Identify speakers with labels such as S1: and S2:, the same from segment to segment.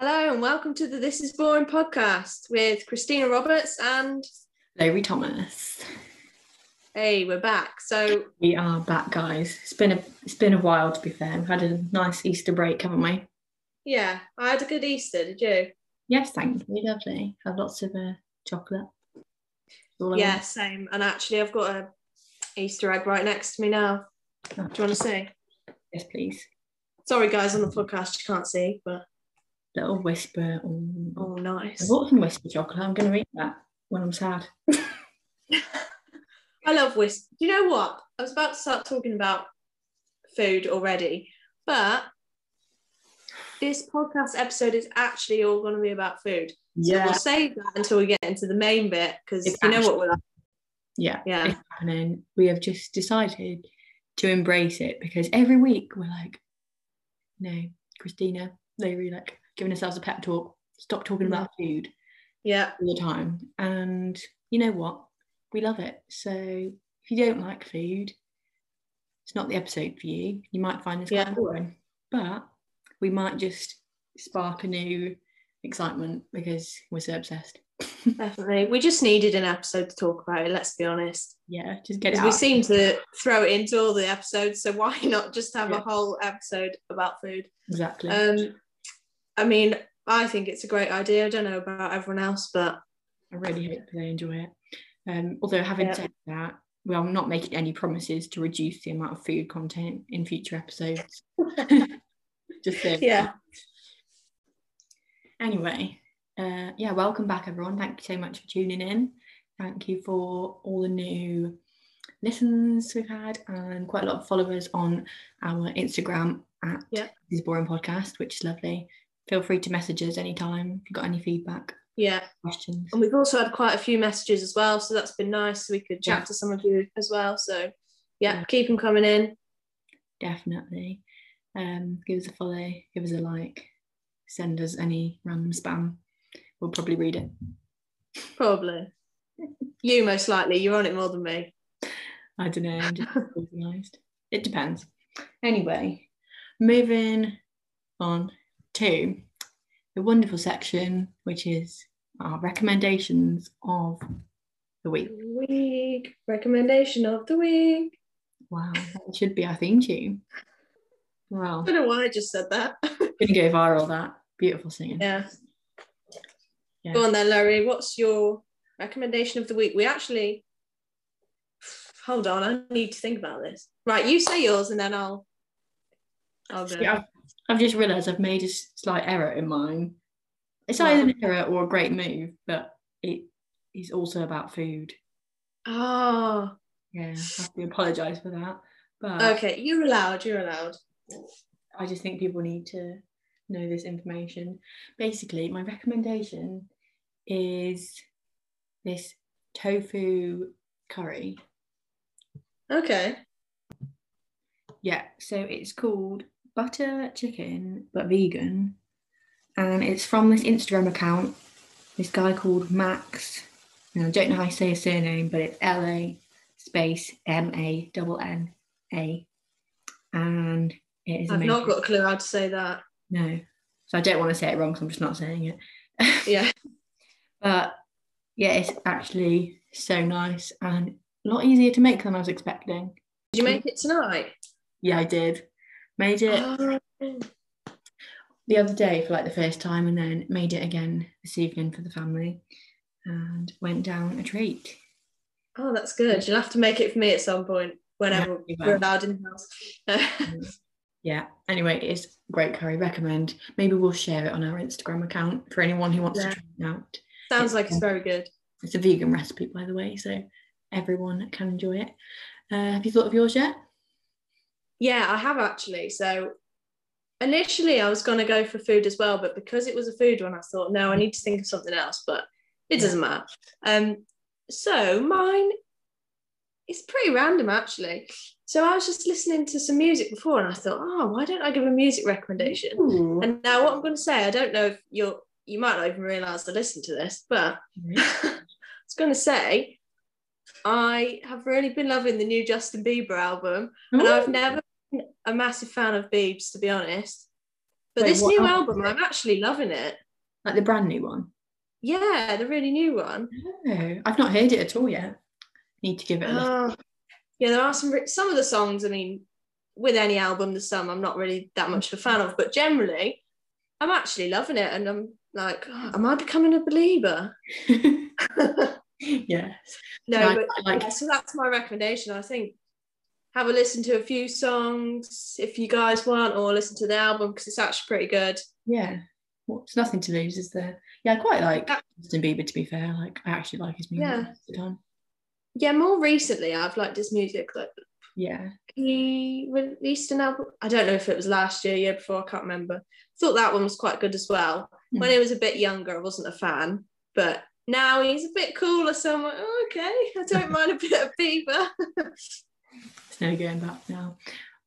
S1: welcome to the This Is Boring podcast with Christina Roberts and
S2: Lowry Thomas.
S1: hey, we're back. So
S2: We are back, guys. It's been a it's been a while to be fair. We've had a nice Easter break, haven't we?
S1: yeah, I had a good Easter, did you?
S2: Yes, thank you. Lovely. Had lots of uh, chocolate. All I
S1: Yeah, same. And actually I've got a Easter egg right next to me now. Do you want to see?
S2: want. Yes, please.
S1: Sorry guys on the podcast you can't see, but
S2: Little whisper. mm.
S1: oh
S2: I
S1: nice.
S2: bought some whisper chocolate. I'm going to eat that when I'm sad.
S1: I love whisk. Do you know what? I was about to start talking about food already, but this podcast episode is actually all going to be about food. So we'll save that until we get into the main bit because
S2: It's
S1: you know what we're like.
S2: yeah,
S1: Yeah.
S2: It's happening. We have just decided to embrace it because every week we're like, no, Christina, Lowry, like giving ourselves a pep talk. Stop talking about food.
S1: Yeah,
S2: all the time. And you know what? We love it. So if you don't like food, it's not the episode for you. You might find this
S1: Yeah.
S2: quite boring, but we might just spark a new excitement because we're so obsessed.
S1: definitely. We just needed an episode to talk about it, let's be honest.
S2: yeah, just get it
S1: 'Cause
S2: out.
S1: we seem to throw it into all the episodes, so why not just have
S2: Yeah.
S1: a whole episode about food?
S2: exactly.
S1: Um, I mean, I think it's a great idea. I don't know about everyone else, but
S2: I really hope they enjoy it. Um, although having
S1: Yeah.
S2: said that, well, I'm not making any promises to reduce the amount of food content in future episodes. Just so
S1: yeah,
S2: anyway uh yeah welcome back everyone thank you so much for tuning in thank you for all the new listens we've had and quite a lot of followers on our instagram at
S1: Yeah.
S2: this is boring podcast which is lovely feel free to message us anytime if you've got any feedback
S1: yeah.
S2: questions
S1: And we've also had quite a few messages as well, so that's been nice. We could chat
S2: Yeah.
S1: to some of you as well. So, yeah,
S2: Yeah.
S1: keep them coming in.
S2: definitely um give us a follow give us a like send us any random spam we'll probably read it
S1: Probably. You most likely. You're on it more than me.
S2: I don't know. I'm just organised. It depends. Anyway, moving on to the wonderful section, which is our recommendations of the week.
S1: Week recommendation of the week.
S2: Wow, that should be our theme tune. Wow,
S1: I don't know why I just said that.
S2: gonna go viral. That beautiful singing.
S1: yeah.
S2: Yeah.
S1: Go on then, Larry. What's your recommendation of the week? We actually hold on. I need to think about this. Right, you say yours, and then I'll. I'll go.
S2: See, I've, I've just realised I've made a s- slight error in mine. It's
S1: What?
S2: either an error or a great move, but it is also about food.
S1: Oh,
S2: Yeah, I have to apologise for that. But
S1: okay. You're allowed. You're allowed.
S2: I just think people need to know this information. Basically, my recommendation is this tofu curry.
S1: Okay.
S2: Yeah, so it's called Butter Chicken but Vegan, and it's from this Instagram account. This guy called Max. And I don't know how you say his surname, but it's L A space M A double N A, and it is
S1: I've
S2: amazing.
S1: not got a clue how to say that.
S2: No. So I don't want to say it wrong, so I'm just not saying it.
S1: Yeah.
S2: but yeah, it's actually so nice and a lot easier to make than I was expecting.
S1: Did you make it tonight?
S2: Yeah, I did. Made it
S1: Oh,
S2: the other day for like the first time and then made it again this evening for the family and went down a treat.
S1: oh, that's good. You'll have to make it for me at some point whenever
S2: you
S1: we're
S2: will.
S1: allowed in the house.
S2: Yeah, anyway, it's great curry. Recommend. Maybe we'll share it on our Instagram account for anyone who wants
S1: Yeah.
S2: to try it out.
S1: Sounds like it's very good.
S2: It's a vegan recipe, by the way, so everyone can enjoy it. Uh, have you thought of yours yet?
S1: Yeah, I have actually. So initially I was going to go for food as well, but because it was a food one, I thought, no, I need to think of something else, but it doesn't matter. Um, so mine is pretty random actually. So I was just listening to some music before and I thought, oh, why don't I give a music recommendation?
S2: Ooh.
S1: And now what I'm going to say, I don't know if you're, you might not even realize I listened to this, but I was going to say, I have really been loving the new Justin Bieber album, and I've never been a massive fan of Biebs, to be honest. But
S2: Wait,
S1: this
S2: what
S1: new
S2: album
S1: album, I'm actually loving it.
S2: Like the brand new one.
S1: Yeah, the really new one.
S2: No, I've not heard it at all yet. Need to give it a listen.
S1: Oh, yeah, there are some re- some of the songs. I mean, with any album, there's some I'm not really that much of a fan of, but generally, I'm actually loving it, and I'm like, oh, am I becoming a believer? no,
S2: yes. I-
S1: Oh. but
S2: I like
S1: yeah, so that's my recommendation. I think have a listen to a few songs if you guys want, or listen to the album because it's actually pretty good.
S2: yeah. Well, it's nothing to lose, is there? Yeah, I quite like
S1: Yeah.
S2: Justin Bieber to be fair. Like I actually like his music.
S1: Yeah.
S2: most of the time.
S1: Yeah, more recently, I've liked his music. Like
S2: Yeah.
S1: he released an album. I don't know if it was last year, year before. I can't remember. Thought that one was quite good as well.
S2: Hmm.
S1: When he was a bit younger, I wasn't a fan, but now he's a bit cooler. So I'm like, oh, okay, I don't mind a bit of Bieber.
S2: There's no going back now.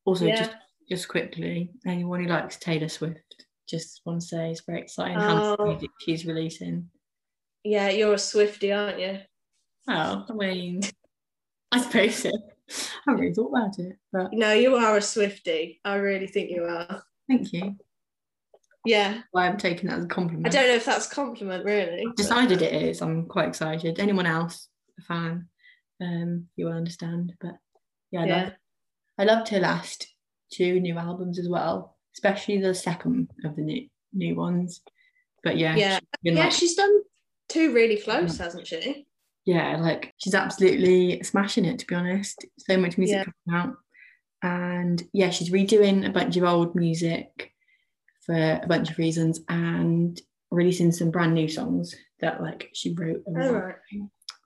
S2: Also,
S1: Yeah.
S2: just just quickly, anyone who likes Taylor Swift, just want to say it's very exciting how much
S1: Oh.
S2: music she's releasing.
S1: yeah, you're a Swifty, aren't you?
S2: Oh, I mean, I suppose so. I haven't really thought about it, but
S1: No, you are a Swifty. I really think you are.
S2: thank you.
S1: Yeah,
S2: Well, I'm taking that as a compliment.
S1: I don't know if that's a compliment, really. but-
S2: decided it is. I'm quite excited. Anyone else a fan, um, you will understand. But yeah, I,
S1: Yeah.
S2: Loved, I loved her last two new albums as well, especially the second of the new new ones. But yeah,
S1: Yeah.
S2: she's been
S1: yeah,
S2: like-
S1: she's done two really close, hasn't she?
S2: yeah, like she's absolutely smashing it to be honest. So much music
S1: Yeah.
S2: coming out. And yeah, she's redoing a bunch of old music for a bunch of reasons and releasing some brand new songs that like she wrote a
S1: All
S2: while
S1: Oh, right.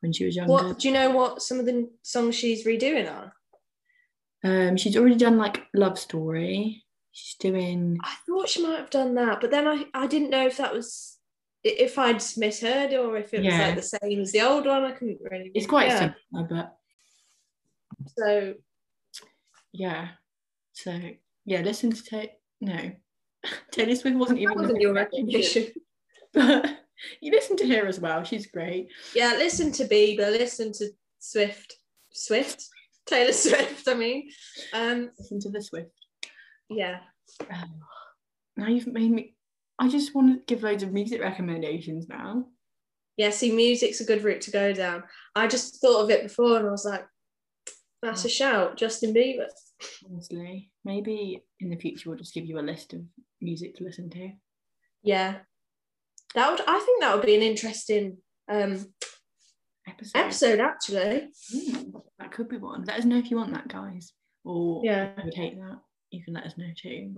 S2: when she was younger.
S1: What do you know? What some of the songs she's redoing are?
S2: Um she's already done like Love Story. She's doing
S1: I thought she might have done that, but then I, I didn't know if that was i- if I'd misheard or if it was
S2: Yeah.
S1: like the same as the old one. I couldn't really.
S2: it's quite
S1: yeah.
S2: similar, but
S1: So
S2: yeah. So yeah, listen to Taylor. no. Taylor Swift wasn't even
S1: that wasn't your recommendation.
S2: but you listen to her as well. She's great.
S1: yeah, listen to Bieber, listen to Swift, Swift, Taylor Swift. I mean, um,
S2: Listen to the Swift.
S1: yeah,
S2: Um, now you've made me. I just want to give loads of music recommendations now.
S1: yeah. See, music's a good route to go down. I just thought of it before, and I was like, that's a shout, Justin Bieber.
S2: Honestly, maybe in the future we'll just give you a list of music to listen to.
S1: Yeah, that would. I think that would be an interesting um
S2: Episode.
S1: episode, actually.
S2: Mm, that could be one. Let us know if you want that, guys. Or
S1: Yeah.
S2: if you hate that. You can let us know too.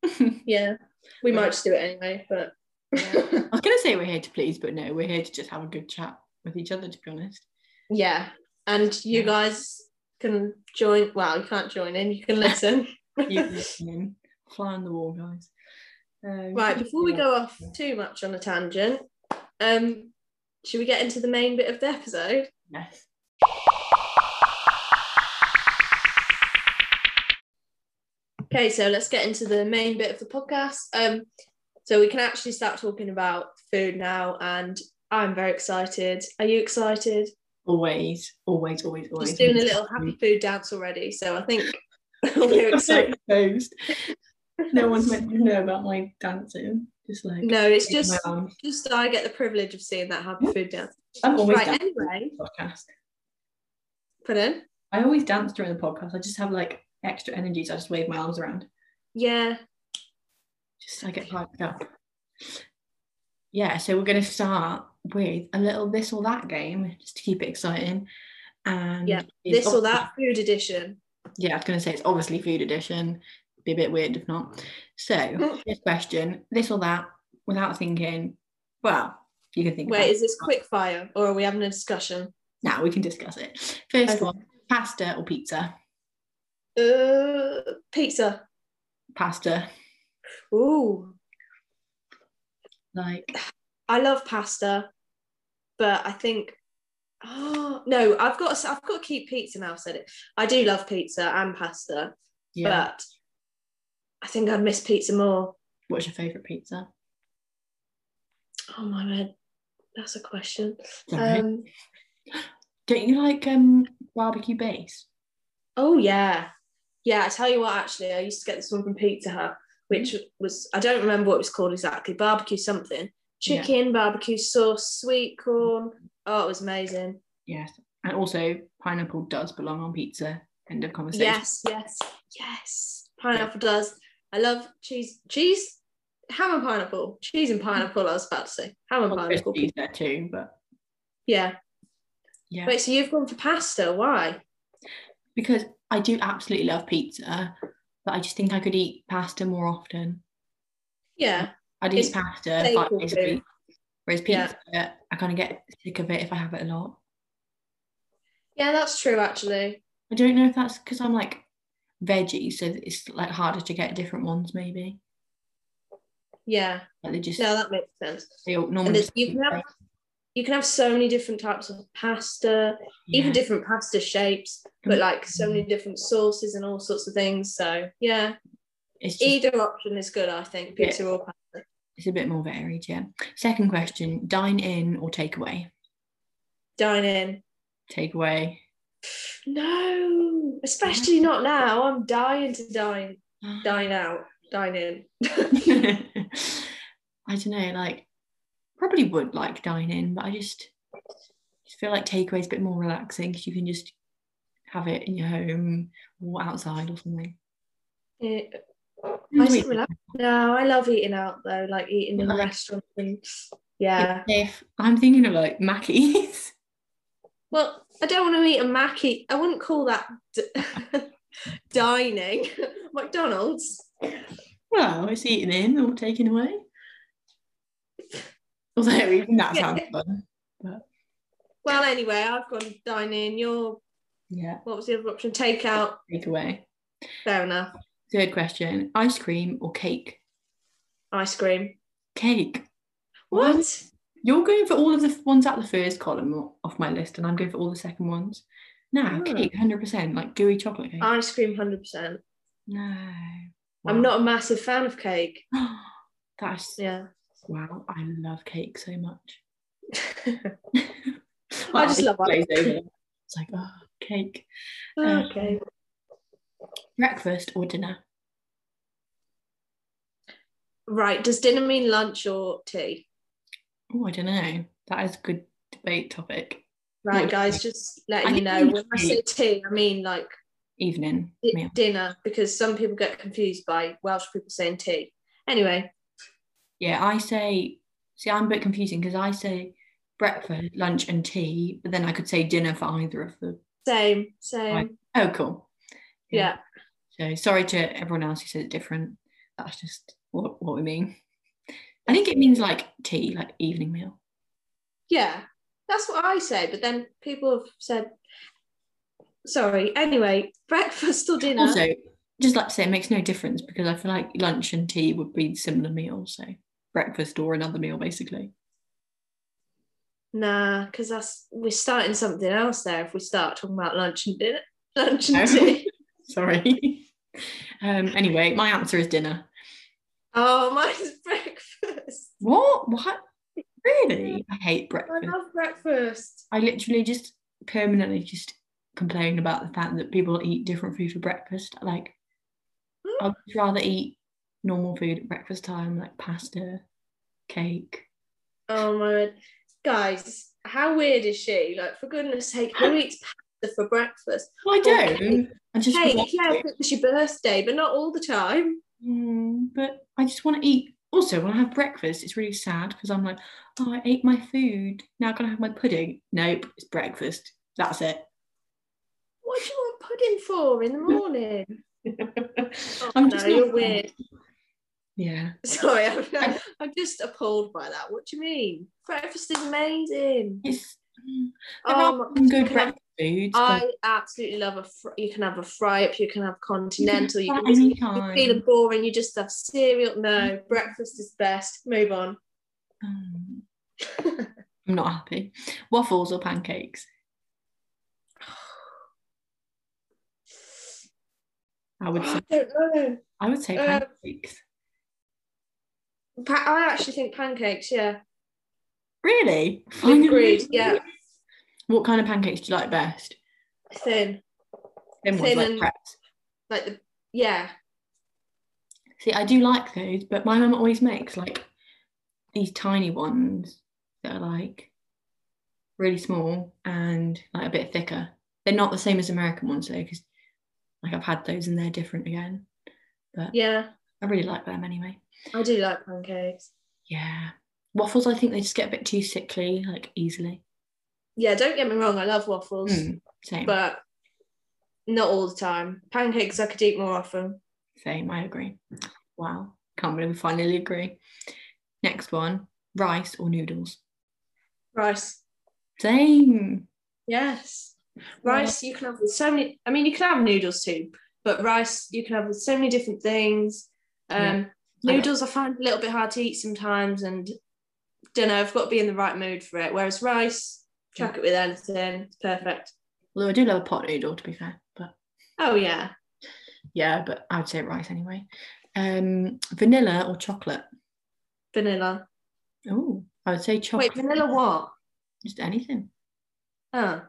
S2: But
S1: Yeah, we
S2: Yeah.
S1: might just do it anyway, but
S2: I was gonna say we're here to please, but no, we're here to just have a good chat with each other. To be honest.
S1: yeah. And you
S2: Yeah.
S1: guys can join. Well, you can't join in, you can listen.
S2: You can listen in. Fly on the wall, guys. Um,
S1: right, before we
S2: yeah.
S1: go off too much on a tangent, um, should we get into the main bit of the episode?
S2: Yes.
S1: Okay, so let's get into the main bit of the podcast. Um, so we can actually start talking about food now, and I'm very excited. Are you excited?
S2: Always, always, always, always.
S1: Just doing a little happy food dance already, so I think we're
S2: I'm so
S1: excited.
S2: exposed. No one's meant to know about my dancing. Just like
S1: No, it's
S2: taking
S1: just
S2: my arm.
S1: just I get the privilege of seeing that happy food dance.
S2: I'm always
S1: Right,
S2: dancing
S1: anyway,
S2: during the podcast.
S1: put in.
S2: I always dance during the podcast. I just have like extra energy, so I just wave my arms around.
S1: Yeah,
S2: Just I get hyped up. Yeah, so we're gonna start with a little this or that game, just to keep it exciting. And
S1: Yeah,
S2: it's
S1: this or
S2: obviously-
S1: that food edition.
S2: yeah, I was going to say it's obviously food edition. Be a bit weird if not. So, this question, this or that, without thinking. Well, you can think.
S1: Wait,
S2: about
S1: is this quick fire or are we having a discussion?
S2: Now we can discuss it. First
S1: Okay.
S2: one: pasta or pizza?
S1: Uh, pizza.
S2: Pasta,
S1: Ooh,
S2: like
S1: I love pasta, but I think oh no, I've got to, I've got to keep pizza now. I've said it. I do love pizza and pasta,
S2: yeah.
S1: but I think I'd miss pizza more.
S2: What's your favorite pizza?
S1: Oh my god, that's a question.
S2: Sorry.
S1: Um,
S2: Don't you like um barbecue base?
S1: Oh yeah, yeah. I tell you what, actually, I used to get this one from Pizza Hut, which was I don't remember what it was called exactly, barbecue something,
S2: Mm. Yeah.
S1: chicken, barbecue sauce, sweet corn. Oh, it was amazing.
S2: Yes. And also, pineapple does belong on pizza. End of conversation.
S1: Yes, yes, yes. Pineapple does. I love cheese, cheese, ham and pineapple, cheese and pineapple. I was about to say ham and
S2: Well, there's
S1: pineapple.
S2: Oh, cheese there too, but
S1: Yeah.
S2: yeah.
S1: Wait, so you've gone for pasta? Why?
S2: because I do absolutely love pizza, but I just think I could eat pasta more often.
S1: Yeah,
S2: I'd
S1: It's
S2: eat pasta five
S1: staple
S2: days a
S1: food.
S2: week. Whereas
S1: Yeah.
S2: pizza, I kind of get sick of it if I have it a lot.
S1: yeah, that's true actually.
S2: I don't know if that's because I'm like veggie, so it's like harder to get different ones, maybe.
S1: Yeah,
S2: Like they just
S1: no, that makes sense.
S2: they all
S1: And
S2: normally
S1: there's, you can have you can have so many different types of pasta, even
S2: Yeah. Mm.
S1: different pasta shapes, but like so many different sauces and all sorts of things. So yeah,
S2: it's just,
S1: either option is good, I think.
S2: Yeah.
S1: Pizza or pasta.
S2: it's a bit more varied, yeah. Second question: dine in or takeaway?
S1: Dine in.
S2: Takeaway.
S1: No, especially
S2: Mm.
S1: not now. I'm dying to dine, dine out, dine in.
S2: I don't know, like probably would like dine in, but I just, just feel like takeaway is a bit more relaxing because you can just have it in your home or outside or something.
S1: Eh,
S2: Mm.
S1: I sit relax- no, I love eating out though, like eating in
S2: Like-
S1: restaurants and yeah.
S2: If I'm thinking of like Mackey's,
S1: Well, I don't want to eat a Mackie. I wouldn't call that d- dining. McDonald's.
S2: well, it's eating in or taking away. Although even that
S1: Yeah.
S2: sounds fun.
S1: Well, anyway, I've gone dine in. Your
S2: Yeah,
S1: what was the other option? Takeout.
S2: takeaway.
S1: Fair enough.
S2: Third question: ice cream or cake?
S1: Ice cream.
S2: Cake.
S1: What?
S2: You're going for all of the f- ones out the first column off my list, and I'm going for all the second ones. Nah,
S1: Oh.
S2: cake, hundred percent, like gooey chocolate cake.
S1: Ice cream, hundred percent.
S2: no,
S1: I'm not a massive fan of cake.
S2: not. That's
S1: Yeah.
S2: wow. I love cake so much.
S1: I just love
S2: glaze
S1: ice cream.
S2: over them. It's like oh, cake, Um,
S1: okay.
S2: breakfast or dinner.
S1: Right. Does dinner mean lunch or tea?
S2: Oh, I don't know. That is a good debate topic.
S1: Right,
S2: What-
S1: guys, just letting
S2: I
S1: you
S2: think
S1: know
S2: it
S1: when I
S2: means
S1: say tea, I mean like
S2: Evening
S1: di-
S2: meal.
S1: dinner because some people get confused by Welsh people saying tea. Anyway,
S2: Yeah, I say. See, I'm a bit confusing because I say breakfast, lunch, and tea, but then I could say dinner for either of them.
S1: same, same.
S2: Right. Oh, cool.
S1: Yeah.
S2: So sorry to everyone else who says it different. That's just what, what we mean. I think it means like tea, like evening meal.
S1: Yeah. That's what I say, but then people have said sorry. Anyway, breakfast or dinner.
S2: Also, just like to say, it makes no difference because I feel like lunch and tea would be similar meals. So breakfast or another meal, basically.
S1: nah, because that's we're starting something else there if we start talking about lunch and dinner. Lunch and
S2: No.
S1: tea.
S2: Sorry. um. Anyway, my answer is dinner.
S1: Oh, mine's breakfast.
S2: What? What? Really? I hate
S1: I
S2: breakfast.
S1: love breakfast.
S2: I literally just permanently just complain about the fact that people eat different food for breakfast. Like,
S1: Hmm.
S2: I'd just rather eat normal food at breakfast time, like pasta, cake.
S1: Oh my god. Guys, how weird is she? Like, for goodness sake, who eats pasta for breakfast?
S2: Well, I
S1: Or
S2: don't. I just
S1: Hey,
S2: want
S1: yeah,
S2: to.
S1: if it was your birthday, but not all the time.
S2: Mm, but I just want to eat. Also, when I have breakfast, it's really sad because I'm like, oh, I ate my food. Now I'm gonna have my pudding. Nope, it's breakfast. That's it.
S1: What do you want pudding for in the morning?
S2: I'm
S1: no,
S2: just
S1: you're
S2: not-
S1: weird.
S2: Yeah.
S1: Sorry, I'm, I'm just appalled by that. What do you mean? Breakfast is amazing.
S2: It's mm. There
S1: Oh,
S2: are
S1: my-
S2: some
S1: can
S2: good
S1: I-
S2: breakfast foods. but
S1: I absolutely love a. Fr- you can have a fry up. You can have continental. You
S2: at
S1: can
S2: any
S1: you
S2: time.
S1: feel boring. You just have cereal. No,
S2: Mm.
S1: breakfast is best. Move on.
S2: Um, I'm not happy. Waffles or pancakes? I would say
S1: I don't know.
S2: I would say
S1: Uh,
S2: pancakes.
S1: Pa- I actually think pancakes. Yeah,
S2: Really?
S1: agreed. Yeah,
S2: What kind of pancakes do you like best?
S1: thin.
S2: Them ones
S1: Thin
S2: like
S1: and-
S2: crepes.
S1: Like the yeah.
S2: See, I do like those, but my mum always makes like these tiny ones that are like really small and like a bit thicker. They're not the same as American ones though, because like I've had those and they're different again. But
S1: Yeah,
S2: I really like them anyway.
S1: I do like pancakes.
S2: Yeah. Waffles, I think they just get a bit too sickly, like easily.
S1: Yeah, don't get me wrong, I love waffles,
S2: Mm, same.
S1: but not all the time. Pancakes I could eat more often.
S2: Same, I agree. Wow. Can't believe we finally agree. Next one rice or noodles?
S1: Rice.
S2: Same.
S1: Yes. Rice you can have with so many I mean you can have noodles too, but rice you can have with so many different things. Um
S2: Yeah.
S1: noodles I find a little bit hard to eat sometimes and don't know, I've got to be in the right mood for it. Whereas rice, chuck it with anything, it's perfect.
S2: Although I do love a pot noodle, to be fair. But
S1: Oh yeah.
S2: yeah, but I'd say rice anyway. Um, vanilla or chocolate?
S1: Vanilla.
S2: Oh, I would say chocolate.
S1: Wait, vanilla what?
S2: Just anything.
S1: Oh.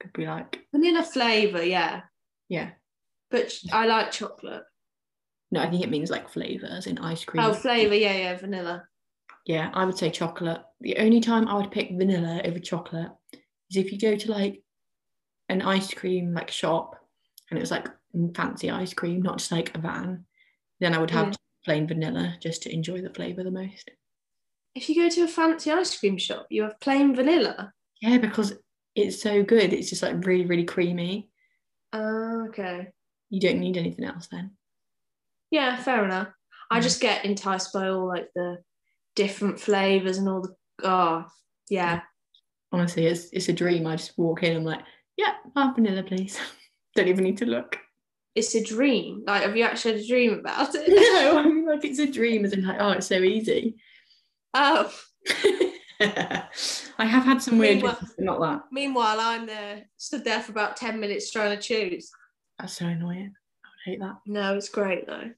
S2: Could be like,
S1: Vanilla flavour, yeah.
S2: yeah.
S1: But ch- I like chocolate.
S2: No, I think it means like flavours in ice cream.
S1: Oh, flavour, yeah, yeah, vanilla.
S2: Yeah, I would say chocolate. The only time I would pick vanilla over chocolate is if you go to like an ice cream like shop and it was like fancy ice cream, not just like a van, then I would have
S1: Mm.
S2: plain vanilla just to enjoy the flavour the most.
S1: If you go to a fancy ice cream shop, you have plain vanilla.
S2: Yeah, because it's so good. It's just like really, really creamy.
S1: Oh, okay.
S2: You don't need anything else then.
S1: Yeah, fair enough. I
S2: Mm.
S1: just get enticed by all like the different flavours and all the oh yeah.
S2: Honestly, it's it's a dream. I just walk in, I'm like, yeah, half vanilla, please. don't even need to look.
S1: It's a dream. Like have you actually had a dream about it?
S2: No, I mean like it's a dream as in like, oh, it's so easy.
S1: oh
S2: I have had some weird,
S1: Meanwhile-
S2: but not that.
S1: meanwhile I'm there stood there for about 10 minutes trying to choose.
S2: That's so annoying. I would hate that.
S1: No, it's great though.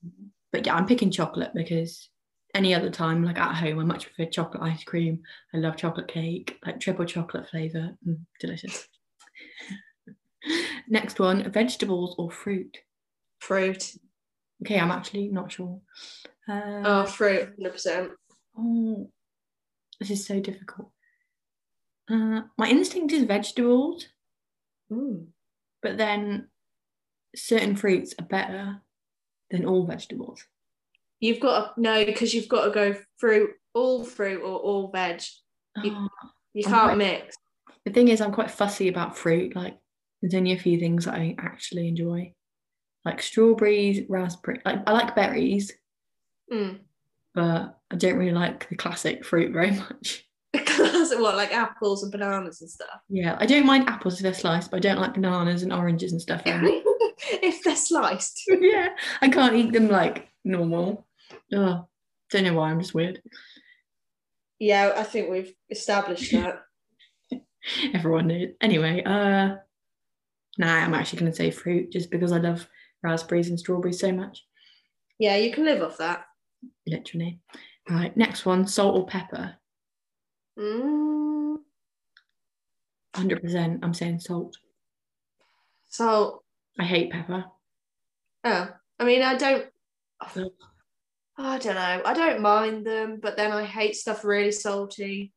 S2: But yeah, I'm picking chocolate because any other time, like at home, I much prefer chocolate ice cream. I love chocolate cake, like triple chocolate flavour. Mm, delicious. Next one vegetables or fruit?
S1: Fruit.
S2: Okay, I'm actually not sure.
S1: Oh
S2: Uh,
S1: fruit, 100 percent
S2: oh, this is so difficult. Uh, my instinct is vegetables. but then certain fruits are better than all vegetables.
S1: You've got to no, because you've got to go fruit, all fruit or all veg. You-
S2: Ah,
S1: You
S2: I'm
S1: can't mix.
S2: the thing is, I'm quite fussy about fruit. Like, there's only a few things that I actually enjoy, like strawberries, raspberry. Like, I like berries,
S1: Mm.
S2: but I don't really like the classic fruit very much.
S1: what like apples and bananas and stuff.
S2: Yeah, I don't mind apples if they're sliced, but I don't like bananas and oranges and stuff. very much.
S1: if they're sliced.
S2: yeah, I can't eat them like normal. Oh, don't know why. I'm just weird.
S1: Yeah, I think we've established that.
S2: everyone knows. Anyway, uh nah, I'm actually gonna say fruit just because I love raspberries and strawberries so much.
S1: yeah, you can live off that.
S2: Literally. Right, next one, salt or pepper.
S1: Mm.
S2: 100 percent I'm saying salt.
S1: So,
S2: I hate pepper.
S1: oh, I mean, I don't.
S2: Ugh.
S1: I don't know. I don't mind them, but then I hate stuff really salty.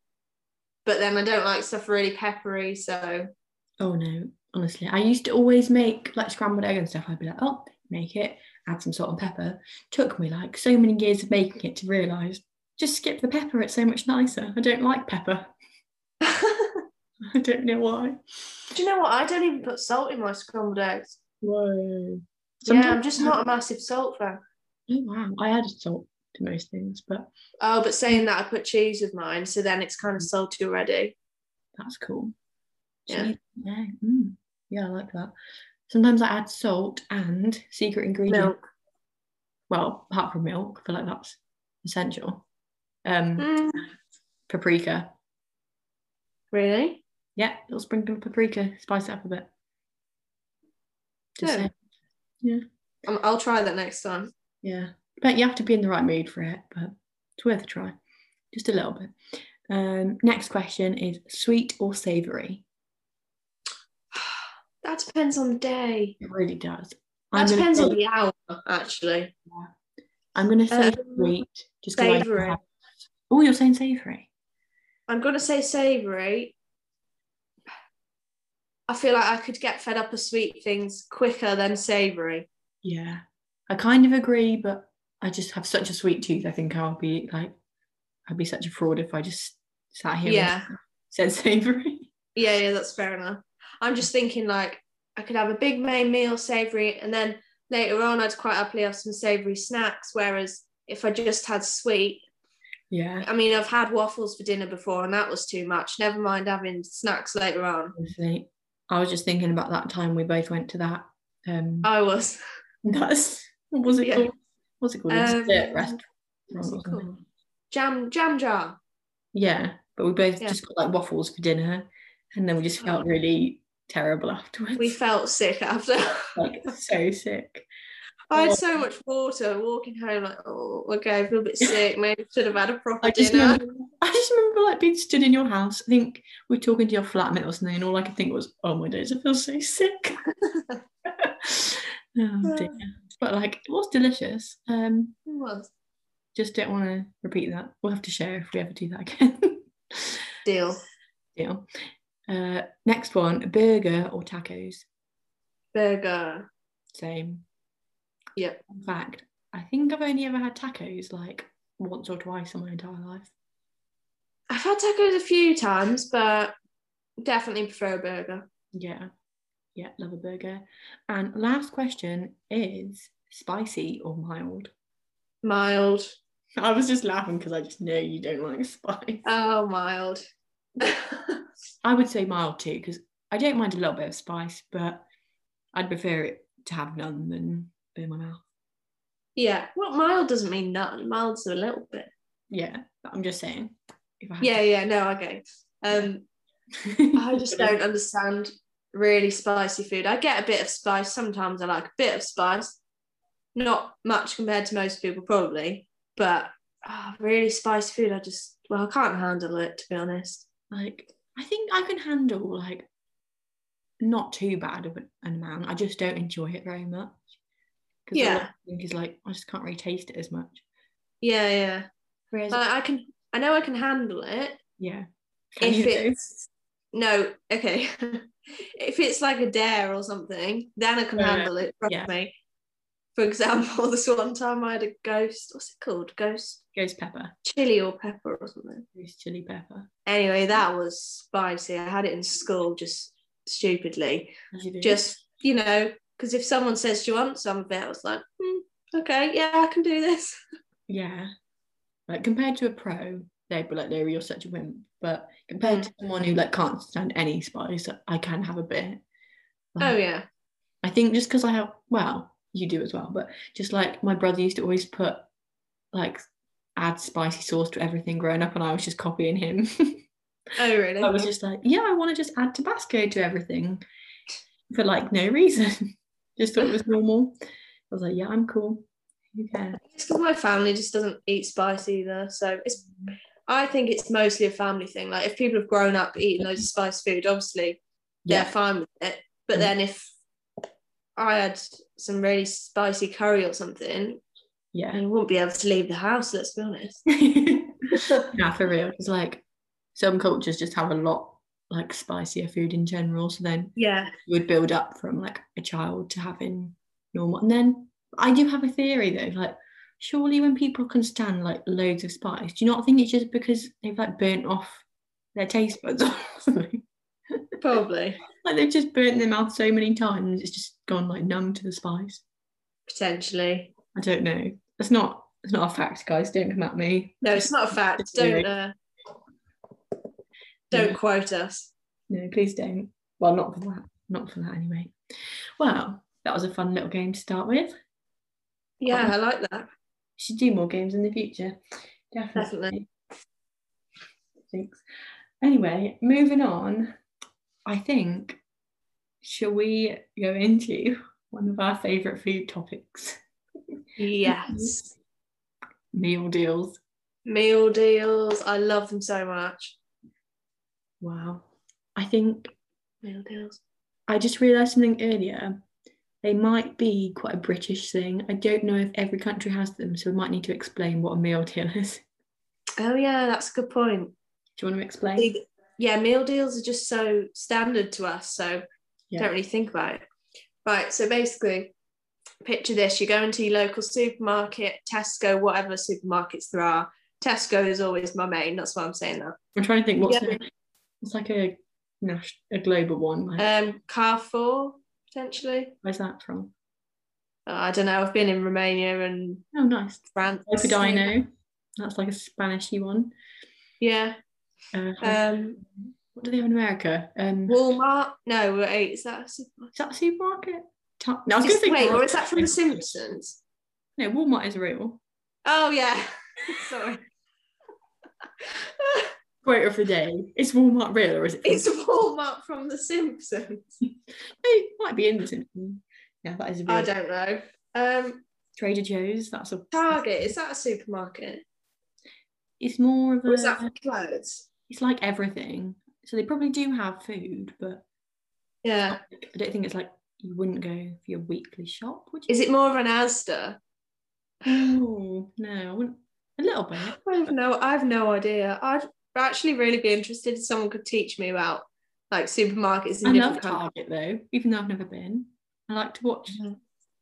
S1: But then I don't like stuff really peppery. So,
S2: Oh no, honestly. I used to always make like scrambled egg and stuff. I'd be like, oh, make it, add some salt and pepper. Took me like so many years of making it to realise just skip the pepper, it's so much nicer. I don't like pepper.
S1: do
S2: I don't know why.
S1: you know what? I don't even put salt in my scrambled eggs.
S2: Whoa.
S1: yeah, I'm just not a massive salt fan.
S2: Oh wow, I added salt to most things, but
S1: Oh, but saying that, I put cheese with mine, so then it's kind of salty already.
S2: that's cool.
S1: Yeah.
S2: Cheese, yeah, mm, yeah, I like that. Sometimes I add salt and secret ingredient.
S1: Milk.
S2: Well, apart from milk, I feel like that's essential. Um,
S1: Mm.
S2: paprika.
S1: Really?
S2: Yeah, little sprinkle of paprika, spice it up a bit. Just
S1: Yeah.
S2: saying.
S1: Um, I'll try that next time.
S2: Yeah, but you have to be in the right mood for it. But it's worth a try, just a little bit. Um, next question is sweet or savoury?
S1: That depends on the day.
S2: It really does.
S1: That
S2: I'm gonna
S1: depends
S2: say-
S1: on the hour, actually.
S2: I'm gonna say
S1: Um,
S2: sweet. Just 'cause I
S1: savoury.
S2: have- Oh, you're saying savoury.
S1: I'm gonna say savoury. I feel like I could get fed up of sweet things quicker than savoury.
S2: Yeah. I kind of agree, but I just have such a sweet tooth. I think I'll be like, I'd be such a fraud if I just sat here
S1: Yeah.
S2: and said savoury.
S1: Yeah, yeah, that's fair enough. I'm just thinking like I could have a big main meal, savoury, and then later on I'd quite happily have some savoury snacks. Whereas if I just had sweet,
S2: Yeah.
S1: I mean I've had waffles for dinner before and that was too much. Never mind having snacks later on.
S2: Honestly, I was just thinking about that time we both went to that. Um,
S1: I was.
S2: nuts. What was it
S1: Yeah.
S2: called? What's it called?
S1: Um,
S2: Dessert restaurant.
S1: what's it
S2: or something.
S1: called? Jam jam jar.
S2: Yeah, but we both
S1: Yeah. Oh.
S2: just got like waffles for dinner, and then we just felt really terrible afterwards.
S1: We felt sick after.
S2: like so sick.
S1: I had
S2: Oh.
S1: so much water walking home, like, oh, okay, I feel a bit sick. Maybe should have had a proper
S2: I just
S1: dinner.
S2: remember, I just remember like being stood in your house. I think we were talking to your flatmate or something, and all I could think was, "Oh my days, I feel so sick." oh dear. But like, it was delicious. Um,
S1: It was.
S2: just don't want to repeat that. We'll have to share if we ever do that again.
S1: Deal.
S2: Deal. Uh, next one: burger or tacos.
S1: Burger.
S2: Same.
S1: Yep.
S2: In fact, I think I've only ever had tacos like once or twice in my entire life.
S1: I've had tacos a few times, but definitely prefer a burger.
S2: Yeah. Yeah, love a burger. And last question is spicy or mild?
S1: Mild.
S2: I was just laughing because I just know you don't like spice.
S1: Oh, mild. yeah,
S2: I would say mild too because I don't mind a little bit of spice, but I'd prefer it to have none than burn my mouth.
S1: well, mild doesn't mean none. Mild's a little bit.
S2: Yeah, but I'm just saying. If I had
S1: Yeah, yeah, no, okay. Um,
S2: to-
S1: I just don't understand really spicy food. I get a bit of spice. Sometimes I like a bit of spice. Not much compared to most people, probably, but ah, really spicy food, I just, well, I can't handle it, to be honest.
S2: like I think I can handle like not too bad of an an amount. I just don't enjoy it very much. 'Cause all I
S1: Yeah.
S2: think is like I just can't really taste it as much.
S1: Yeah, yeah.
S2: Whereas
S1: I, I can, I know I can handle it.
S2: yeah, Can
S1: if
S2: you though?
S1: it's no okay if it's like a dare or something then i can
S2: Yeah.
S1: handle it trust
S2: Yeah.
S1: me for example this one time i had a ghost what's it called ghost
S2: ghost pepper,
S1: chili or pepper or something
S2: ghost chili pepper.
S1: anyway that was spicy i had it in school just stupidly
S2: As you do.
S1: just you know because if someone says do you want some of it i was like hmm, okay yeah i can do this
S2: yeah, like compared to a pro, they'd be like, "Larry, you're such a wimp." But compared
S1: Mm.
S2: to someone who like can't stand any spice, I can have a bit.
S1: oh
S2: Like,
S1: yeah
S2: I think just because I have, well, you do as well, but just like my brother used to always put like add spicy sauce to everything growing up, and I was just copying him.
S1: oh really
S2: I was just like, yeah, I want to just add Tabasco to everything for like no reason. just thought it was normal. I was like, yeah, I'm cool. Who cares?
S1: It's because my family just doesn't eat spice either. So it's I think it's mostly a family thing. Like if people have grown up eating loads of spice food, obviously
S2: Yeah.
S1: they're fine with it. But
S2: Mm.
S1: then if I had some really spicy curry or something,
S2: Yeah.
S1: I wouldn't be able to leave the house, let's be honest.
S2: nah, for real. It's like some cultures just have a lot like spicier food in general. So then
S1: Yeah.
S2: you would build up from like a child to having normal. And then I do have a theory though, like surely when people can stand like loads of spice, do you not think it's just because they've like burnt off their taste buds or something?
S1: Probably.
S2: Like they've just burnt their mouth so many times, it's just gone like numb to the spice.
S1: Potentially.
S2: I don't know. That's not it's not a fact, guys. Don't come at me.
S1: No, it's not a fact. Don't uh, don't
S2: Yeah.
S1: quote us.
S2: No, please don't. Well, not for that. Not for that anyway. Well, that was a fun little game to start with.
S1: Yeah, I like that.
S2: should do more games in the future. Definitely. Thanks. Anyway, moving on, I think, shall we go into one of our favourite food topics?
S1: Yes.
S2: Meal deals.
S1: Meal deals. I love them so much.
S2: Wow. I think
S1: Meal deals.
S2: I just realised something earlier. They might be quite a British thing. I don't know if every country has them, so we might need to explain what a meal deal is.
S1: Oh yeah, that's a good point.
S2: Do you want to explain?
S1: They- yeah, meal deals are just so standard to us, so
S2: Yeah.
S1: don't really think about it. Right, so basically, picture this: you go into your local supermarket, Tesco, whatever supermarkets there are. Tesco is always my main. That's why I'm saying that.
S2: I'm trying to think what's
S1: Yeah.
S2: a, it's like a national, a global one. Like,
S1: Um, Carrefour potentially.
S2: where's that from?
S1: Oh, I don't know. I've been in Romania and
S2: Oh, nice.
S1: France.
S2: Opodino. That's like a Spanishy one.
S1: Yeah.
S2: Uh,
S1: Um,
S2: what do they have in America? Um,
S1: Walmart. No, wait, is that a supermarket?
S2: is that a supermarket? Ta- no, I was going to
S1: Is-
S2: say
S1: Wait,
S2: Walmart.
S1: or is that from The Simpsons?
S2: No, Walmart is real.
S1: Oh yeah. Sorry.
S2: Quote of the day: Is Walmart real or is it?
S1: It's Walmart from The Simpsons.
S2: it might be in the Simpsons. Yeah, that is a
S1: I
S2: real.
S1: don't know. Um,
S2: Trader Joe's. That's a
S1: Target is that a supermarket?
S2: It's more of a.
S1: Or is that for clothes?
S2: It's like everything. So they probably do have food, but
S1: Yeah.
S2: I don't think it's like you wouldn't go for your weekly shop, would you?
S1: Is it more of an Asda?
S2: Oh no, I wouldn't. A little bit.
S1: I have no. I have no idea. I'd actually really be interested if someone could teach me about like supermarkets in
S2: I love
S1: different countries.
S2: Target though, even though I've never been. I like to watch
S1: Mhm.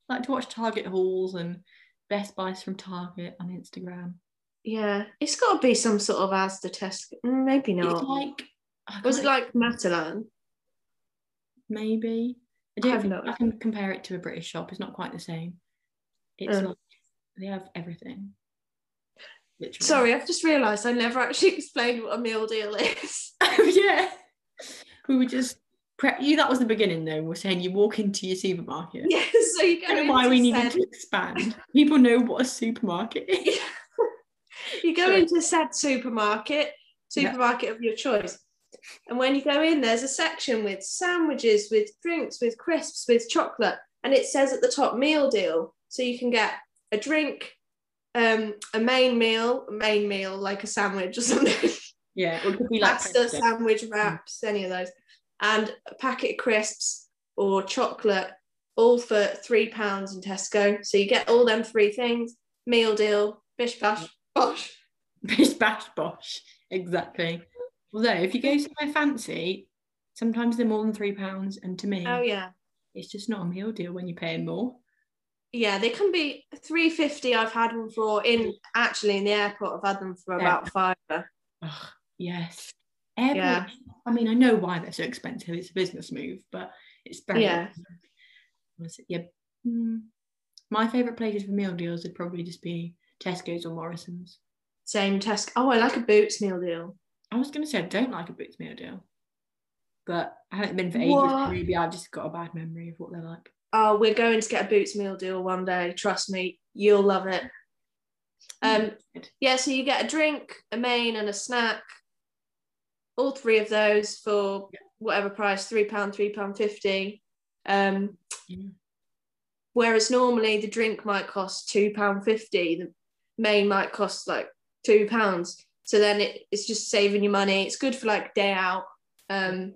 S2: like to watch Target hauls and Best Buys from Target on Instagram.
S1: Yeah, it's got to be some sort of Asda Tesco. Mm, Maybe
S2: It's
S1: not.
S2: like I
S1: Was it like
S2: can't-
S1: Matalan?
S2: maybe? I don't
S1: have
S2: think
S1: no
S2: I can compare it to a British shop. It's not quite the same. It's
S1: Mm.
S2: like they have everything. Literally.
S1: Sorry, I've just realised I never actually explained what a meal deal is.
S2: Oh, yeah. We were just prep you that was the beginning though. We were saying you walk into your supermarket.
S1: Yeah, so you go.
S2: I don't
S1: into
S2: know why we needed
S1: said-
S2: to expand. People know what a supermarket is.
S1: you go
S2: Sorry.
S1: into said supermarket,
S2: Yeah.
S1: supermarket of your choice. And when you go in, there's a section with sandwiches, with drinks, with crisps, with chocolate. And it says at the top meal deal. So you can get a drink, um, a main meal, a main meal, like a sandwich or something,
S2: Yeah, it could be like
S1: pasta,
S2: Pepsi.
S1: sandwich wraps, any of those, and a packet of crisps or chocolate, all for three pounds in Tesco. So you get all them three things, meal deal, bish bash, bosh.
S2: bish bash bosh. Exactly. Although if you go somewhere fancy, sometimes they're more than three pounds, and to me,
S1: Oh yeah,
S2: it's just not a meal deal when you're paying more.
S1: yeah. They can be three fifty. I've had them for in actually in the airport. I've had them for
S2: Yeah.
S1: about five. uh,
S2: Ugh, yes. Every,
S1: Yeah.
S2: I mean, I know why they're so expensive. It's a business move, but it's very
S1: Yeah.
S2: expensive. Yeah. Mm. My favourite places for meal deals would probably just be Tesco's or Morrison's.
S1: Same Tesco. Oh, I like a Boots meal deal.
S2: I was gonna say I don't like a Boots meal deal, but I haven't been for ages.
S1: What?
S2: Maybe I've just got a bad memory of what they're like.
S1: Oh, we're going to get a Boots meal deal one day. Trust me, you'll love it. Um,
S2: Good.
S1: yeah. So you get a drink, a main, and a snack. All three of those for whatever price, three pound, three pound fifty. Um,
S2: Yeah.
S1: Whereas normally the drink might cost two pound fifty, the main might cost like two pounds. So then it, it's just saving your money. It's good for like day out. Um,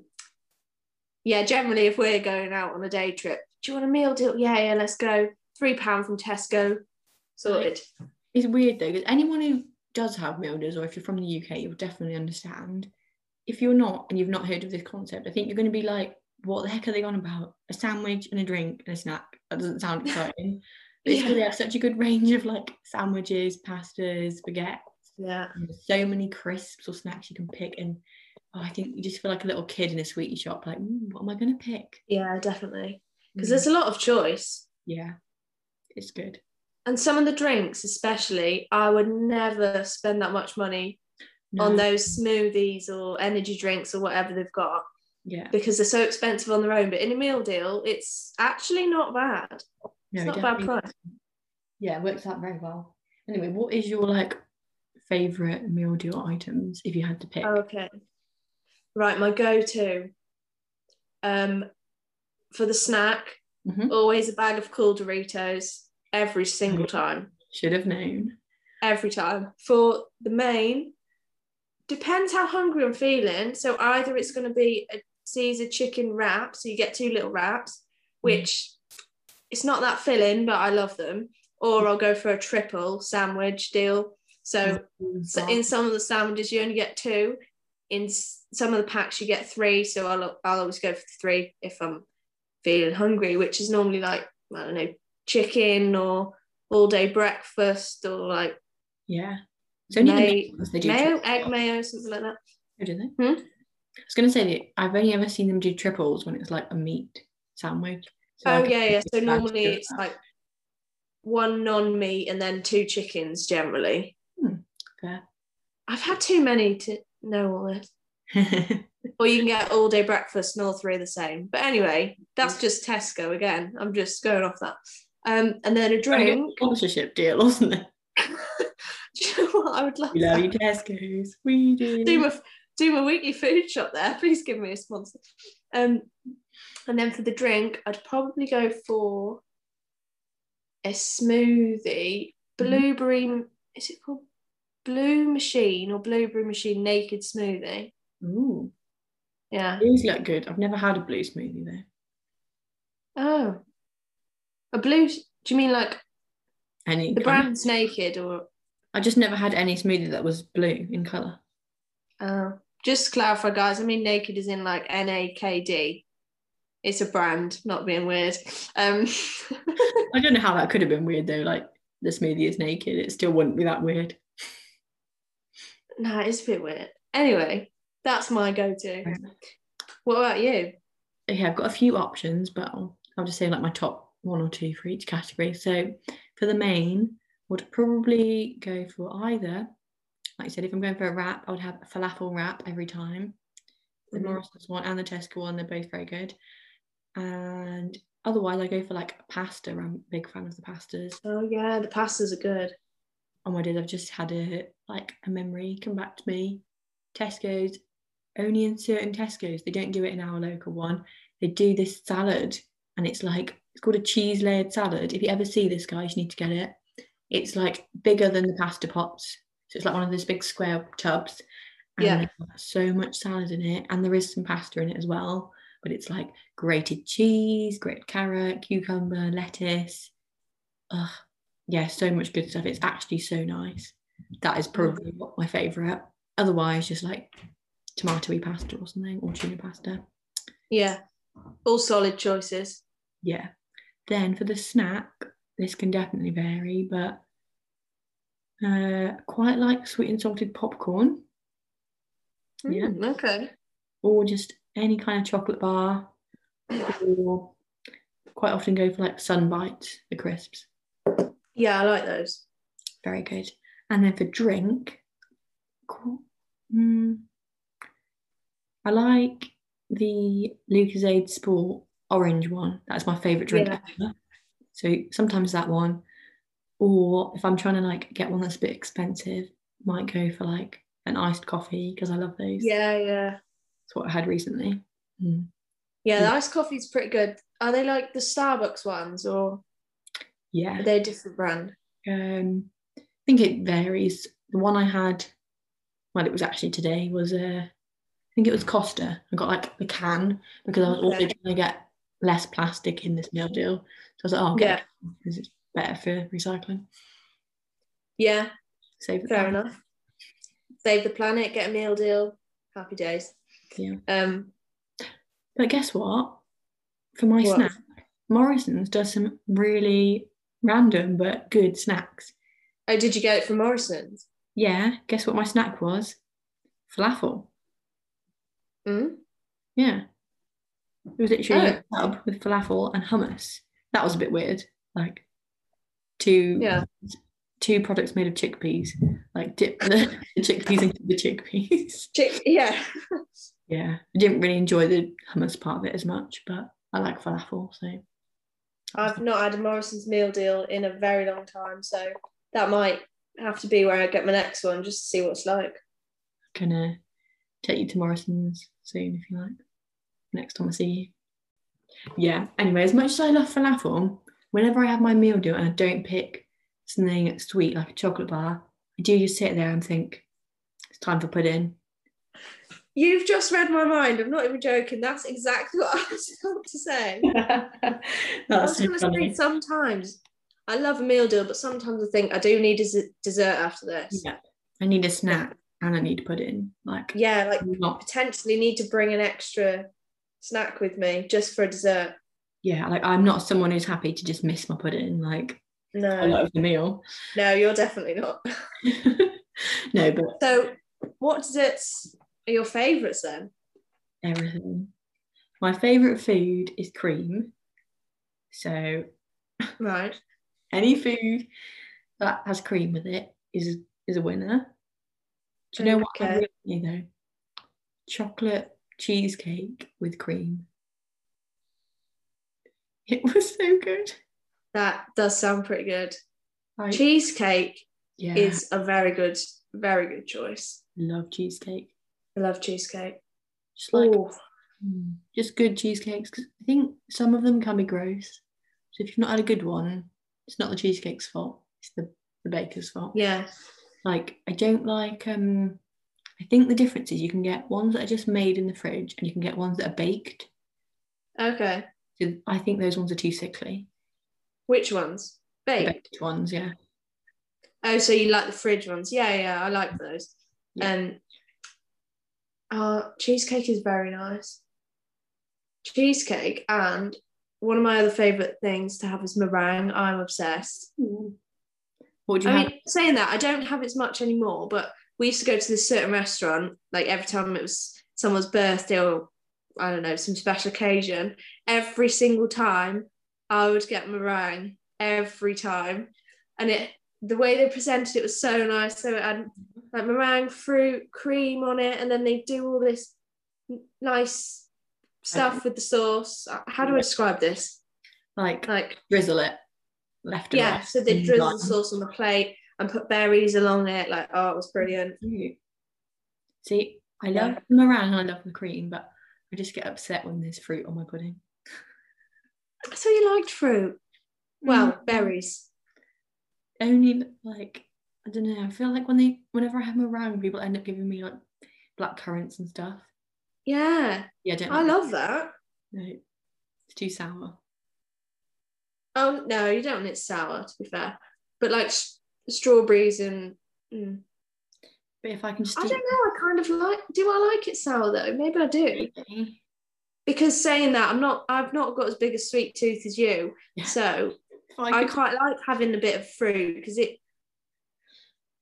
S1: yeah, generally if we're going out on a day trip, do you want a meal deal? Yeah, yeah, let's go. Three pound from Tesco. Sorted.
S2: It's weird though, because anyone who does have meal deals, or if you're from the UK, you'll definitely understand. If you're not and you've not heard of this concept, I think you're going to be like, what the heck are they on about? A sandwich and a drink and a snack. That doesn't sound exciting. But it's 'cause they
S1: Yeah.
S2: have such a good range of like sandwiches, pastas, baguettes,
S1: yeah.
S2: and there's so many crisps or snacks you can pick. And oh, I think you just feel like a little kid in a sweetie shop, like, "Mm, what am I going to pick?
S1: Yeah, definitely. Because
S2: Mm,
S1: there's a lot of choice.
S2: yeah, it's good.
S1: And some of the drinks, especially, I would never spend that much money on
S2: No,
S1: those smoothies or energy drinks or whatever they've got.
S2: Yeah.
S1: because they're so expensive on their own. But in a meal deal, it's actually not bad.
S2: No,
S1: it's not a bad
S2: definitely.
S1: price.
S2: yeah, it works out very well. Anyway, what is your like favorite meal deal items if you had to pick?
S1: Okay. Right, my go-to. Um, for the snack,
S2: Mhm.
S1: always a bag of cool Doritos every single time.
S2: Should have known.
S1: Every time. For the main, depends how hungry I'm feeling. So either it's going to be a Caesar chicken wrap, so you get two little wraps, which it's not that filling, but I love them. Or I'll go for a triple sandwich deal. So,
S2: Mm.
S1: so in some of the sandwiches, you only get two. In s- some of the packs, you get three. So I'll, I'll always go for three if I'm feeling hungry, which is normally like, I don't know, chicken or all day breakfast or like
S2: yeah. So only the
S1: May-
S2: main ones they do
S1: mayo,
S2: triple.
S1: egg mayo, something like that.
S2: Oh, do they?
S1: Hmm?
S2: I was gonna say that I've only ever seen them do triples when it's like a meat sandwich. So
S1: oh,
S2: like-
S1: yeah, yeah. So
S2: I'd
S1: normally
S2: do
S1: it's
S2: that.
S1: like one non meat and then two chickens generally.
S2: Hmm, fair.
S1: I've had too many to know all this. Or you can get all day breakfast and all three are the same. But anyway, that's just Tesco again. I'm just going off that. Um, and then a drink.
S2: sponsorship deal, wasn't it?
S1: Do you know what? I would love
S2: We love
S1: that.
S2: you, Tesco's. We do.
S1: Do my do my weekly food shop there. Please give me a sponsor. Um, and then for the drink, I'd probably go for a smoothie, blueberry. Is it called Blue Machine or Blueberry Machine Naked Smoothie?
S2: Ooh,
S1: Yeah.
S2: blues look good. I've never had a blue smoothie though.
S1: Oh, a blue. Do you mean like
S2: Any
S1: the
S2: colour.
S1: brand's naked or
S2: I just never had any smoothie that was blue in color.
S1: Uh, just to clarify, guys. I mean, naked is in like N A K D. It's a brand, not being weird. Um,
S2: I don't know how that could have been weird though. Like the smoothie is naked, it still wouldn't be that weird.
S1: no, it's a bit weird. Anyway, that's my go-to.
S2: Right.
S1: What about you?
S2: Okay, I've got a few options, but I'll, I'll just say like my top one or two for each category. So for the main, would probably go for either, like I said, if I'm going for a wrap, I would have a falafel wrap every time. The
S1: Mhm.
S2: Morrison's one and the Tesco one, they're both very good. And otherwise, I go for like pasta. I'm a big fan of the pastas.
S1: Oh yeah, the pastas are good.
S2: Oh my days, I've just had a like a memory come back to me. Tesco's only in certain Tesco's. They don't do it in our local one. They do this salad and it's like it's called a cheese layered salad. If you ever see this guys, you need to get it. It's like bigger than the pasta pots. So it's like one of those big square tubs. And
S1: Yeah.
S2: there's so much salad in it. And there is some pasta in it as well. But it's like grated cheese, grated carrot, cucumber, lettuce. Ugh, yeah, so much good stuff. It's actually so nice. That is probably what my favourite. Otherwise, just like tomatoey pasta or something, or tuna pasta.
S1: Yeah, all solid choices.
S2: Yeah. Then for the snack, this can definitely vary, but uh, quite like sweet and salted popcorn, Yeah.
S1: Mm, okay.
S2: or just any kind of chocolate bar, or quite often go for like sunbites, the crisps.
S1: Yeah, I like those.
S2: Very good. And then for drink, cool. Mm, I like the Lucasade Sport orange one. That's my favourite drink
S1: Yeah.
S2: ever. So sometimes that one. Or if I'm trying to like get one that's a bit expensive, might go for like an iced coffee because I love those.
S1: Yeah, yeah,
S2: That's what I had recently. Mm.
S1: yeah. The iced coffee's pretty good. Are they like the Starbucks ones or
S2: Yeah.
S1: are they a different brand?
S2: Um, I think it varies. The one I had, well, it was actually today, was uh, I think it was Costa. I got like the can because I was also
S1: Okay.
S2: trying to get less plastic in this meal deal. So I was like, oh, okay,
S1: Yeah,
S2: because it's better for recycling.
S1: yeah.
S2: Save it.
S1: Fair
S2: back.
S1: enough. Save the planet, get a meal deal. Happy days.
S2: Yeah.
S1: Um,
S2: But guess what? For my
S1: What?
S2: snack, Morrison's does some really random but good snacks.
S1: oh, did you get it from Morrison's?
S2: Yeah, guess what my snack was? Falafel.
S1: Mm?
S2: Yeah. It was literally
S1: Oh.
S2: a tub with falafel and hummus. That was a bit weird. Like two
S1: Yeah.
S2: two products made of chickpeas. Like dip the chickpeas into the chickpeas.
S1: Chick- yeah.
S2: Yeah. I didn't really enjoy the hummus part of it as much, but I like falafel, so
S1: I've not had a Morrison's meal deal in a very long time, so that might have to be where I get my next one just to see what it's like.
S2: can uh, take you to Morrison's soon if you like. Next time I see you. Yeah. Anyway, as much as I love falafel, whenever I have my meal deal and I don't pick something sweet like a chocolate bar, I do just sit there and think it's time for pudding.
S1: You've just read my mind. I'm not even joking. That's exactly what I was about to say. I was
S2: That's so
S1: going to say
S2: funny.
S1: sometimes I love a meal deal, but sometimes I think I do need a z- dessert after this.
S2: Yeah. I need a snack and I need pudding. Like
S1: Yeah, like
S2: not
S1: potentially need to bring an extra snack with me just for a dessert.
S2: yeah, like I'm not someone who's happy to just miss my pudding, like a
S1: No,
S2: lot of the meal.
S1: no, you're definitely not.
S2: no, but
S1: So, what desserts are your favourites then?
S2: everything. My favourite food is cream. So
S1: Right.
S2: any food that has cream with it is is a winner. Do you know what I
S1: Okay.
S2: really need though? Chocolate cheesecake with cream. It was so good.
S1: That does sound pretty good.
S2: Like,
S1: Cheesecake
S2: yeah,
S1: is a very good, very good choice.
S2: love cheesecake.
S1: I love cheesecake.
S2: Just like
S1: Ooh,
S2: mm, just good cheesecakes. 'cause I think some of them can be gross. So if you've not had a good one, it's not the cheesecake's fault. It's the, the baker's fault.
S1: yeah.
S2: like I don't like um I think the difference is you can get ones that are just made in the fridge and you can get ones that are baked.
S1: Okay.
S2: So I think those ones are too sickly.
S1: Which ones?
S2: The
S1: Baked.
S2: baked ones, yeah.
S1: Oh, so you like the fridge ones? Yeah, yeah, I like those.
S2: Yeah.
S1: Um, uh, cheesecake is very nice. Cheesecake and one of my other favorite things to have is meringue. I'm obsessed.
S2: What do
S1: Hmm. I
S2: you
S1: mean, saying that, I don't have it as much anymore, but we used to go to this certain restaurant, like every time it was someone's birthday or I don't know, some special occasion, every single time I would get meringue every time. And it the way they presented it was so nice. So it had like meringue fruit, cream on it, and then they do all this n- nice stuff with the sauce. Uh, How do I describe this?
S2: have? Like
S1: Like
S2: drizzle it left and
S1: uh, yeah,
S2: right.
S1: so they
S2: and
S1: drizzle
S2: lime.
S1: the sauce on the plate and put berries along it. Like, oh, it was brilliant.
S2: Cute. See, I
S1: Yeah.
S2: love the meringue and I love the cream, but I just get upset when there's fruit on my pudding.
S1: So you liked fruit? Mm-hmm. Well, berries.
S2: Mm. only like I don't know. I feel like when they whenever I have meringue, people end up giving me like black currants and stuff.
S1: Yeah,
S2: Yeah, I don't.
S1: I
S2: like
S1: love that.
S2: No, it's too sour.
S1: Oh no, you don't want it sour. To be fair, but like s- strawberries and. mm.
S2: But if I can just
S1: I
S2: eat
S1: don't know. I kind of like. Do I like it sour though? Maybe I do.
S2: everything,
S1: Because saying that, I'm not. I've not got as big a sweet tooth as you,
S2: Yeah.
S1: so
S2: if I
S1: I
S2: could,
S1: quite like having a bit of fruit because it,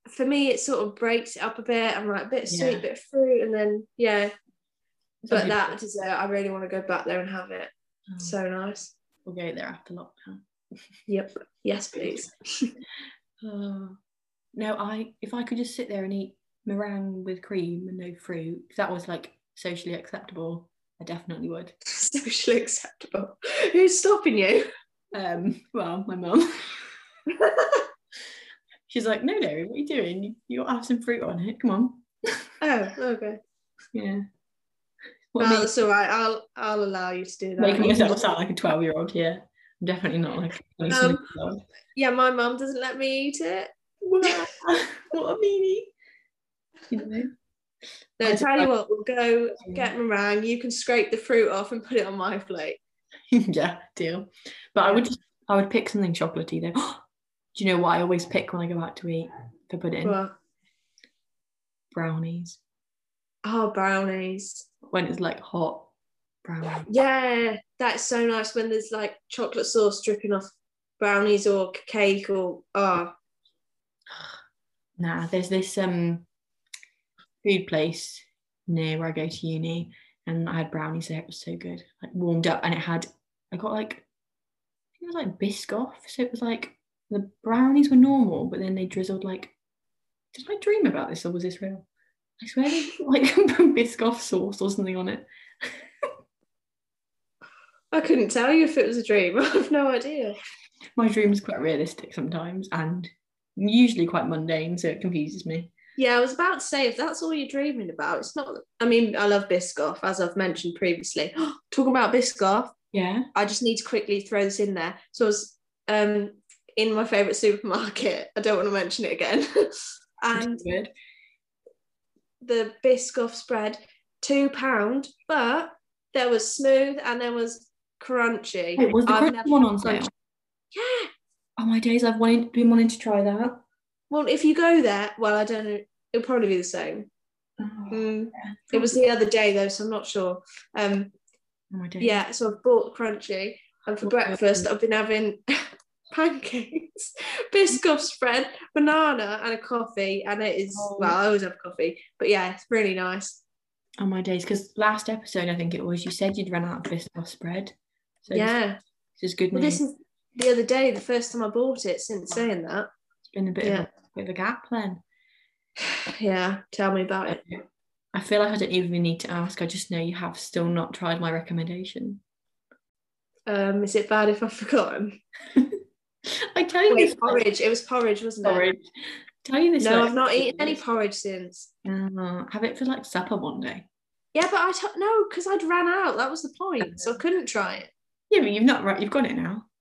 S1: for me, it sort of breaks it up a bit. I'm like, bit of
S2: Yeah.
S1: sweet, bit of fruit, and then yeah. But
S2: Some
S1: that dessert, I really want to go back there and have it.
S2: people-
S1: So nice.
S2: Oh, we'll go there after lockdown.
S1: Yep. Yes, please.
S2: Oh. no, I if I could just sit there and eat meringue with cream and no fruit, if that was like socially acceptable. I definitely would.
S1: Socially acceptable. Who's stopping you?
S2: Um, well, my mum. She's like, no, no, what are you doing? You, you gotta have some fruit on it. Come on.
S1: oh, okay.
S2: Yeah. What
S1: Well,
S2: makes-
S1: that's all right. I'll I'll allow you to do that.
S2: making myself sound like a 12 year old yeah i'm definitely not like a 27-year-old.
S1: yeah, my mum doesn't let me eat it.
S2: Wow, what a meanie you know I
S1: No,
S2: just
S1: tell you
S2: like-
S1: what, we'll go get meringue. You can scrape the fruit off and put it on my plate.
S2: yeah deal but i would just i would pick something chocolatey though do you know what i always pick when i go out to eat if i put it in
S1: Well,
S2: brownies
S1: oh, brownies.
S2: when it's like hot brownies
S1: Yeah, that's so nice when there's like chocolate sauce dripping off brownies or cake or oh
S2: nah there's this um food place near where i go to uni and i had brownies there it was so good like warmed up and it had i got like i think it was like biscoff so it was like the brownies were normal but then they drizzled like did i dream about this or was this real i swear they put, like biscoff sauce or something on it
S1: I couldn't tell you if it was a dream. I have no idea.
S2: my dream's quite realistic sometimes and usually quite mundane so it confuses me
S1: Yeah, I was about to say if that's all you're dreaming about, it's not I mean, I love Biscoff, as I've mentioned previously. Talking about Biscoff,
S2: yeah
S1: I just need to quickly throw this in there. So I was um in my favourite supermarket. I don't want to mention it again. and
S2: good
S1: the Biscoff spread, two pound, but there was smooth and there was crunchy.
S2: it was the
S1: I've
S2: crunchy
S1: never
S2: one on
S1: had
S2: sale
S1: Yeah,
S2: Oh my days, I've wanted, been wanting to try that.
S1: Well, if you go there, well, I don't know. It'll probably be the same.
S2: Oh,
S1: Mm. It was the other day though, so I'm not sure. Um,
S2: oh my days.
S1: yeah, so I've bought crunchy, and for
S2: What
S1: breakfast I've been having pancakes, Biscoff spread, banana, and a coffee. And it is
S2: Oh.
S1: well, I always have coffee, but yeah, it's really nice.
S2: Oh my days, because last episode I think it was you said you'd run out of Biscoff spread. So this-
S1: yeah.
S2: this is good
S1: Well,
S2: news.
S1: this is the other day, the first time I bought it since saying that.
S2: it's been a bit,
S1: yeah.
S2: of, a, bit of a gap then.
S1: Yeah, tell me about it.
S2: I feel like I don't even need to ask. I just know you have still not tried my recommendation.
S1: Um, is it bad if I've forgotten?
S2: I tell you this
S1: Wait, porridge. It was porridge, wasn't it?
S2: porridge. Tell you this.
S1: No,
S2: like-
S1: I've not eaten any porridge since.
S2: Uh, have it for like supper one day.
S1: Yeah, but I t- no, because I'd ran out. That was the point, so I couldn't try it.
S2: Yeah, but you've not right. You've got it now.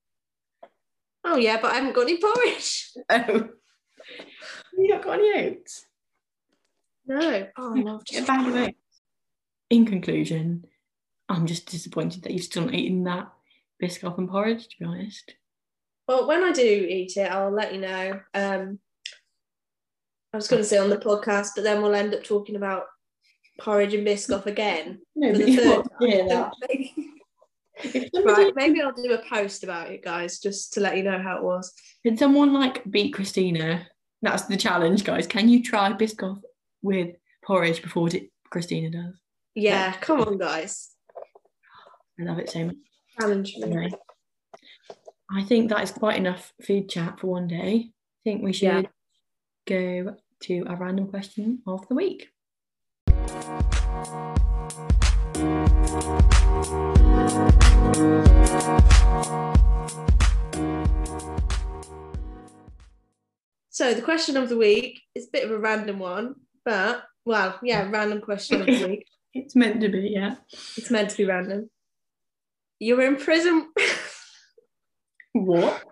S1: Oh yeah, but I haven't got any porridge.
S2: Oh, you not got any oats.
S1: No. Oh no, I've just
S2: oats. In conclusion, I'm just disappointed that you've still not eaten that biscuit and porridge. To be honest,
S1: Well, when I do eat it, I'll let you know. Um, I was going to say on the podcast, but then we'll end up talking about porridge and biscoff again.
S2: no,
S1: For
S2: but
S1: the
S2: you
S1: third
S2: won't hear that. If somebody-
S1: right, maybe I'll do a post about it, guys, just to let you know how it was.
S2: Can someone like beat Christina? That's the challenge, guys. Can you try Biscoff with porridge before di- Christina does?
S1: Yeah, come on, guys,
S2: I love it so much.
S1: challenge me.
S2: Anyway, I think that is quite enough food chat for one day. I think we should
S1: Yeah.
S2: go to a random question of the week.
S1: So the question of the week is a bit of a random one, but well, yeah, random question of the week.
S2: It's meant to be, yeah.
S1: It's meant to be random. You were in prison.
S2: What?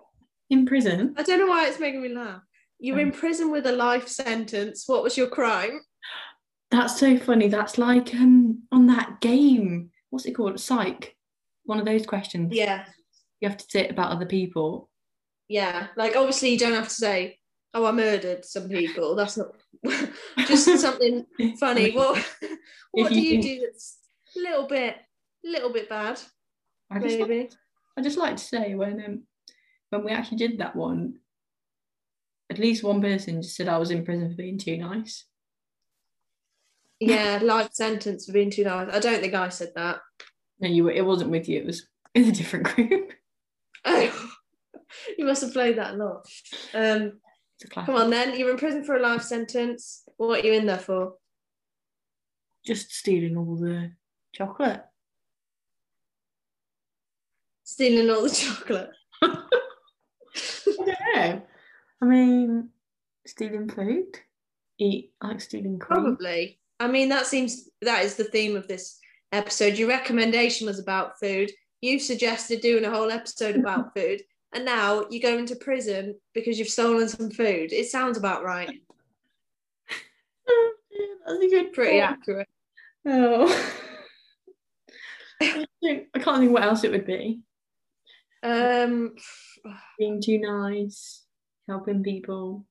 S2: In prison?
S1: I don't know why it's making me laugh. You were in prison with a life sentence. What was your crime?
S2: That's so funny. That's like um on that game. What's it called? Psych. One of those questions.
S1: Yeah,
S2: You have to sit about other people
S1: yeah. Like obviously you don't have to say, "Oh, I murdered some people." That's not just something funny. What What
S2: If
S1: do
S2: you
S1: you
S2: think-
S1: do that's a little bit, little bit bad?
S2: I just, like,
S1: Maybe.
S2: I just like to say when um, when we actually did that one, at least one person just said I was in prison for being too nice.
S1: Yeah, life sentence for being too nice. I don't think I said that.
S2: No, you were. It wasn't with you. It was in a different group.
S1: Oh, you must have played that a lot. Um,
S2: It's a classic.
S1: come on, then. You're in prison for a life sentence. What are you in there for?
S2: just stealing all the chocolate.
S1: Stealing all the chocolate.
S2: I don't know. I mean, stealing food. Eat I like stealing cream.
S1: Probably. I mean, that seems that is the theme of this episode. Your recommendation was about food. You suggested doing a whole episode about food, and now you go into prison because you've stolen some food. It sounds about right.
S2: That's a good
S1: Pretty
S2: point.
S1: accurate.
S2: Oh. I don't- I can't think what else it would be.
S1: Um,
S2: Being too nice, helping people.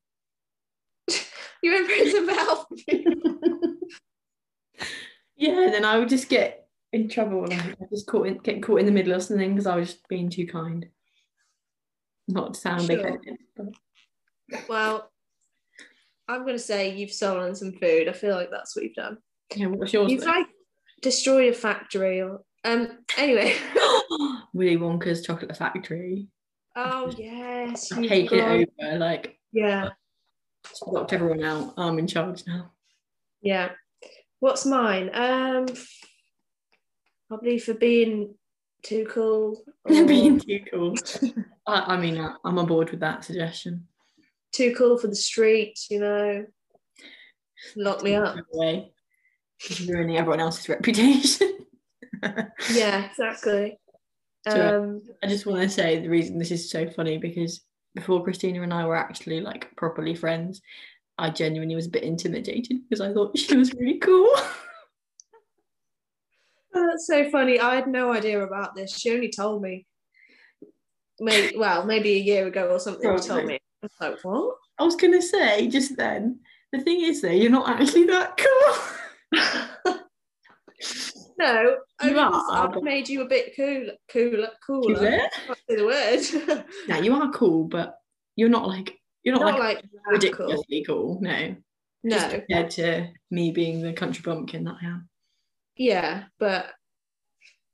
S1: you're in prison for helping
S2: yeah, then I would just get in trouble. Like, I just caught in, get caught in the middle of something because I was just being too kind. Not to sound
S1: Sure.
S2: offensive, but
S1: Well, I'm going to say you've stolen some food. I feel like that's what you've done.
S2: yeah, what's yours?
S1: You've
S2: then?
S1: like destroyed a factory or um anyway.
S2: Willy Wonka's chocolate factory.
S1: oh yes. you've
S2: Taking
S1: gone-
S2: it over, like
S1: Yeah,
S2: locked everyone out. I'm in charge now.
S1: yeah. What's mine? Um probably for being too cool or
S2: Being too cool. I, I mean, I, I'm on board with that suggestion.
S1: too cool for the streets, you know. Lock me up.
S2: Away. Ruining everyone else's reputation.
S1: Yeah, exactly.
S2: Sure.
S1: Um
S2: I just want to say the reason this is so funny because before Christina and I were actually like properly friends, I genuinely was a bit intimidated because I thought she was really cool.
S1: oh, that's so funny. I had no idea about this. She only told me. may, well, maybe a year ago or something, you told
S2: Probably.
S1: me. I was like, what?
S2: I was gonna say just then. The thing is, though, you're not actually that cool.
S1: no, I
S2: You
S1: mean,
S2: are,
S1: I've
S2: but-
S1: made you a bit cooler, cooler, cooler.
S2: Is it?
S1: I can't say the word.
S2: Yeah, you are cool, but you're not like you're not,
S1: Not
S2: like,
S1: like that cool.
S2: ridiculously cool. No, just
S1: No,
S2: compared to me being the country bumpkin that I am.
S1: yeah, but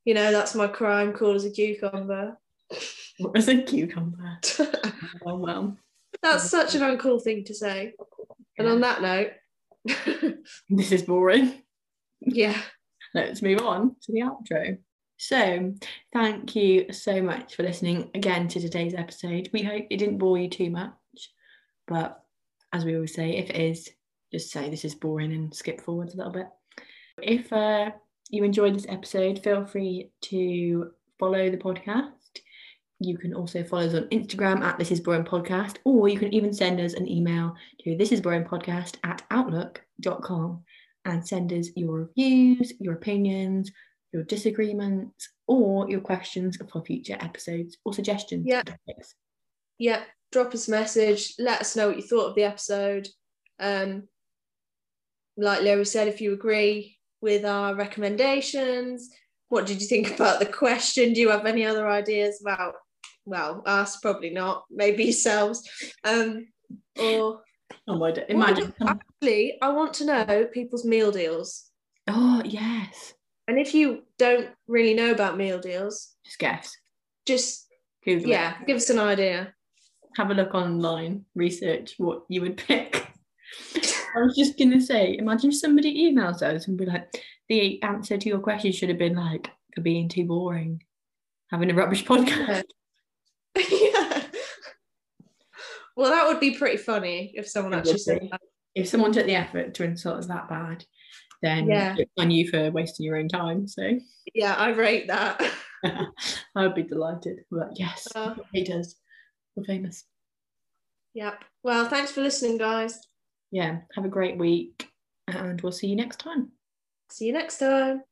S1: you know that's my crime. Cool as a cucumber.
S2: As a cucumber.
S1: that's
S2: Well, well.
S1: such an uncool thing to say. And on that note,
S2: This is boring.
S1: yeah,
S2: Let's move on to the outro. So, thank you so much for listening again to today's episode. We hope it didn't bore you too much, but as we always say, if it is, just say this is boring and skip forwards a little bit. If uh, you enjoyed this episode, feel free to follow the podcast. You can also follow us on Instagram at This Is Boring Podcast, or you can even send us an email to This Is Boring Podcast at outlook.com and send us your reviews, your opinions, your disagreements, or your questions for future episodes or suggestions. for
S1: Yeah.
S2: topics.
S1: yeah. Drop us a message. Let us know what you thought of the episode. Um, like Larry said, if you agree with our recommendations, what did you think about the question? Do you have any other ideas about? Well, us probably not. Maybe yourselves. Um, or
S2: Oh my day. Imagine.
S1: actually, I want to know people's meal deals.
S2: Oh, yes.
S1: And if you don't really know about meal deals,
S2: Just guess.
S1: just
S2: Google it.
S1: yeah, give us an idea.
S2: have a look online, research what you would pick. I was just gonna say, imagine if somebody emails us and be like, the answer to your question should have been like for being too boring, having a rubbish podcast.
S1: yeah. Well, that would be pretty funny if someone
S2: It would
S1: actually said
S2: be.
S1: that.
S2: If someone took the effort to insult us that bad, then
S1: Yeah.
S2: it's on you for wasting your own time. So
S1: Yeah, I rate that.
S2: I'd be delighted. But yes,
S1: Uh.
S2: he does. We're famous.
S1: yep. Well, thanks for listening, guys.
S2: Yeah. Have a great week and we'll see you next time.
S1: See you next time.